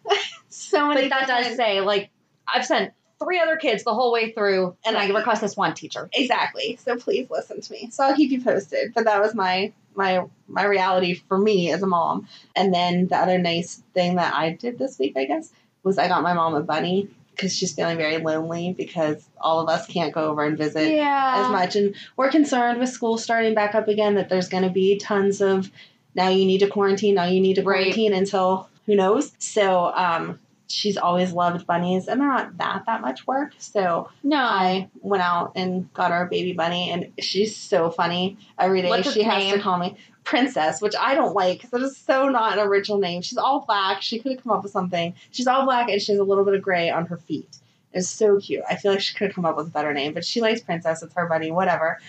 Speaker 4: so many.
Speaker 5: But that does
Speaker 4: different-
Speaker 5: say like I've sent three other kids the whole way through and
Speaker 4: And
Speaker 5: I
Speaker 4: I-
Speaker 5: request this one teacher.
Speaker 4: exactly. So please listen to me. So I'll keep you posted. But that was my my my reality for me as a mom. And then the other nice thing that I did this week, I guess, was I got my mom a bunny because she's feeling very lonely because all of us can't go over and visit
Speaker 5: Yeah.
Speaker 4: as much. And we're concerned with school starting back up again that there's going to be tons of now you need to quarantine, now you need to
Speaker 5: Right.
Speaker 4: quarantine until who knows. So um, she's always loved bunnies, and they're not that that much work. So
Speaker 5: no.
Speaker 4: I went out and got her a baby bunny, and she's so funny. Every day
Speaker 5: What's his
Speaker 4: she has
Speaker 5: name?
Speaker 4: to call me Princess, which I don't like because it is so not an original name. She's all black. She could have come up with something. She's all black, and she has a little bit of gray on her feet. It's so cute. I feel like she could have come up with a better name, but she likes Princess. It's her bunny, whatever.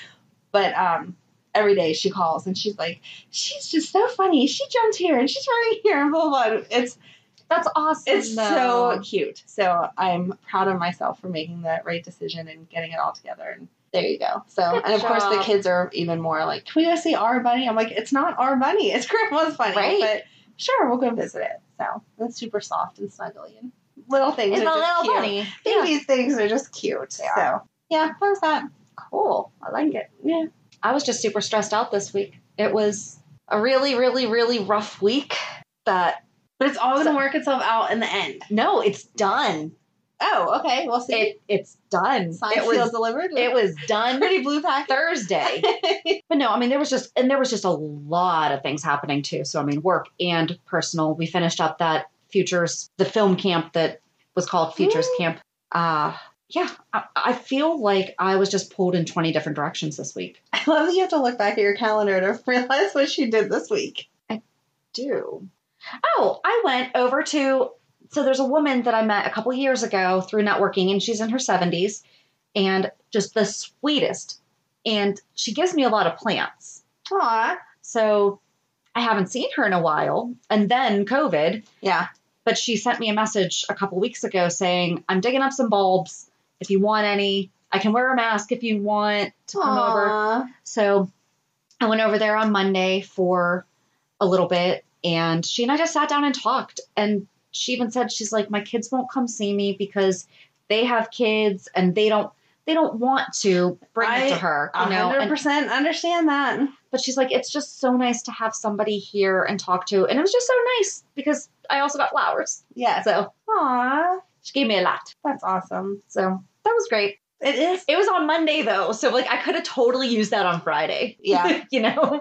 Speaker 4: But um, every day she calls, and she's like, she's just so funny. She jumped here, and she's running here, and blah blah. blah. It's
Speaker 5: That's awesome.
Speaker 4: it's so
Speaker 5: though.
Speaker 4: cute. So I'm proud of myself for making the right decision and getting it all together. And there you go. So,
Speaker 5: Good
Speaker 4: and of course, the
Speaker 5: job.
Speaker 4: kids are even more like, can we go see our bunny? I'm like, it's not our bunny. It's grandma's bunny.
Speaker 5: Right.
Speaker 4: But sure, we'll go visit it. So it's super soft and snuggly and little things.
Speaker 5: It's a
Speaker 4: are just
Speaker 5: little
Speaker 4: cute.
Speaker 5: bunny.
Speaker 4: I think these things are just cute.
Speaker 5: They are.
Speaker 4: So yeah, that was that. Cool. I like it. Yeah.
Speaker 5: I was just super stressed out this week. It was a really, really, really rough week. That
Speaker 4: But it's all gonna
Speaker 5: So-
Speaker 4: work itself out in the end.
Speaker 5: no, it's done.
Speaker 4: Oh, okay. We'll see.
Speaker 5: It it's done.
Speaker 4: Signed,
Speaker 5: it was
Speaker 4: sealed, delivered.
Speaker 5: it was done
Speaker 4: pretty blue pack.
Speaker 5: Thursday. but no, I mean there was just and there was just a lot of things happening too. So I mean work and personal. We finished up that futures the film camp that was called Futures Camp. Uh yeah, I, I feel like I was just pulled in 20 different directions this week.
Speaker 4: I love that you have to look back at your calendar to realize what you did this week.
Speaker 5: do. Oh, I went over to so there's a woman that I met a couple years ago through networking and she's in her 70s and just the sweetest. And she gives me a lot of plants.
Speaker 4: Aw.
Speaker 5: So I haven't seen her in a while and then COVID,
Speaker 4: Yeah.
Speaker 5: but she sent me a message a couple weeks ago saying, "I'm digging up some bulbs if you want any. I can wear a mask if you want to come over."
Speaker 4: Aw.
Speaker 5: So I went over there on Monday for a little bit, and she and I just sat down and talked. And she even said, "She's like, my kids won't come see me because they have kids and they don't they don't want to bring it to
Speaker 4: I-
Speaker 5: her, you
Speaker 4: A
Speaker 5: know."
Speaker 4: hundred
Speaker 5: And-
Speaker 4: percent understand that.
Speaker 5: but she's like, it's just so nice to have somebody here and talk to, and it was just so nice because I also got flowers,
Speaker 4: Yes.
Speaker 5: so
Speaker 4: Aw.
Speaker 5: she gave me a lot,
Speaker 4: That's awesome.
Speaker 5: so that was great.
Speaker 4: It is.
Speaker 5: It was on Monday though, so like I could have totally used that on Friday.
Speaker 4: Yeah.
Speaker 5: you know,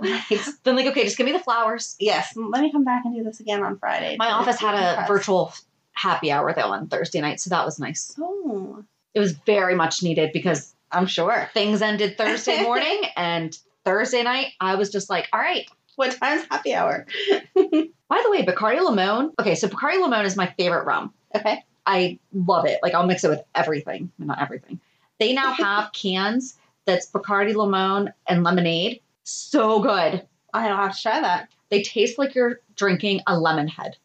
Speaker 5: then like okay, just give me the flowers.
Speaker 4: Yes. Let me come back and do this again on Friday.
Speaker 5: My
Speaker 4: to
Speaker 5: office had a
Speaker 4: decompress.
Speaker 5: virtual happy hour though on Thursday night, so that was nice.
Speaker 4: Oh,
Speaker 5: It was very much needed because
Speaker 4: I'm sure.
Speaker 5: things ended Thursday morning and Thursday night I was just like, all right.
Speaker 4: What time's happy hour?
Speaker 5: By the way, Bacardi Limon. Okay, so Bacardi Limon is my favorite rum.
Speaker 4: Okay.
Speaker 5: I love it. Like I'll mix it with everything, not everything. They now have cans that's Bacardi Limon and lemonade. So good.
Speaker 4: I'll have to try that.
Speaker 5: They taste like you're drinking a lemon head.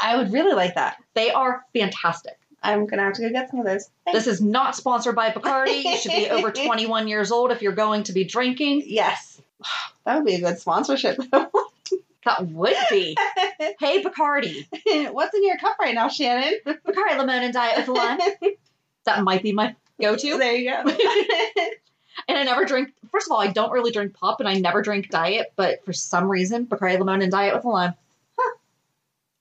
Speaker 4: I would really like that.
Speaker 5: They are fantastic.
Speaker 4: I'm gonna have to go get some of those.
Speaker 5: This is not sponsored by Bacardi. You should be over 21 years old if you're going to be drinking.
Speaker 4: yes, that would be a good sponsorship.
Speaker 5: That would be. Hey, Bacardi.
Speaker 4: What's in your cup right now, Shannon?
Speaker 5: Bacardi Limon and Diet with Lime. That might be my go to.
Speaker 4: There you go.
Speaker 5: And I never drink, first of all, I don't really drink pop and I never drink diet, but for some reason, Bacardi Limon and Diet with Lime. Huh.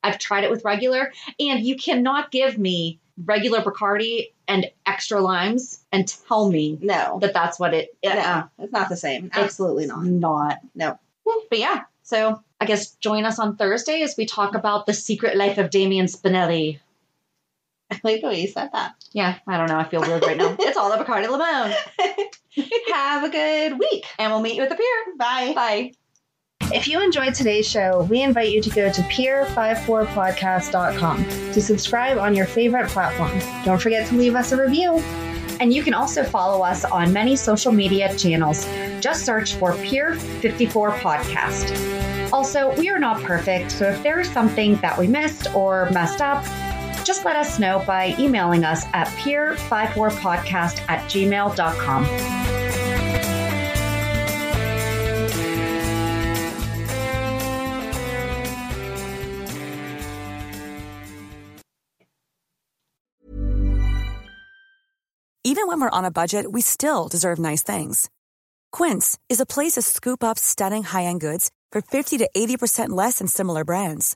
Speaker 5: I've tried it with regular, and you cannot give me regular Bacardi and extra limes and tell me
Speaker 4: No,
Speaker 5: that that's what it is.
Speaker 4: no, it's not the same.
Speaker 5: Ah.
Speaker 4: Absolutely not.
Speaker 5: Not.
Speaker 4: No.
Speaker 5: But yeah, so I guess join us on Thursday as we talk about the secret life of Damien Spinelli.
Speaker 4: I like the way you said that.
Speaker 5: Yeah, I don't know. I feel weird right now. It's all the Bacardi Limon. Have a good week, and we'll meet you at the pier.
Speaker 4: Bye.
Speaker 5: Bye.
Speaker 4: If you enjoyed today's show, we invite you to go to peer54podcast.com to subscribe on your favorite platform. Don't forget to leave us a review.
Speaker 5: And you can also follow us on many social media channels. Just search for Peer 54 Podcast. Also, we are not perfect, so if there is something that we missed or messed up, just let us know by emailing us at peer54podcast at gmail.com.
Speaker 6: Even when we're on a budget, we still deserve nice things. Quince is a place to scoop up stunning high-end goods for 50 to 80% less than similar brands.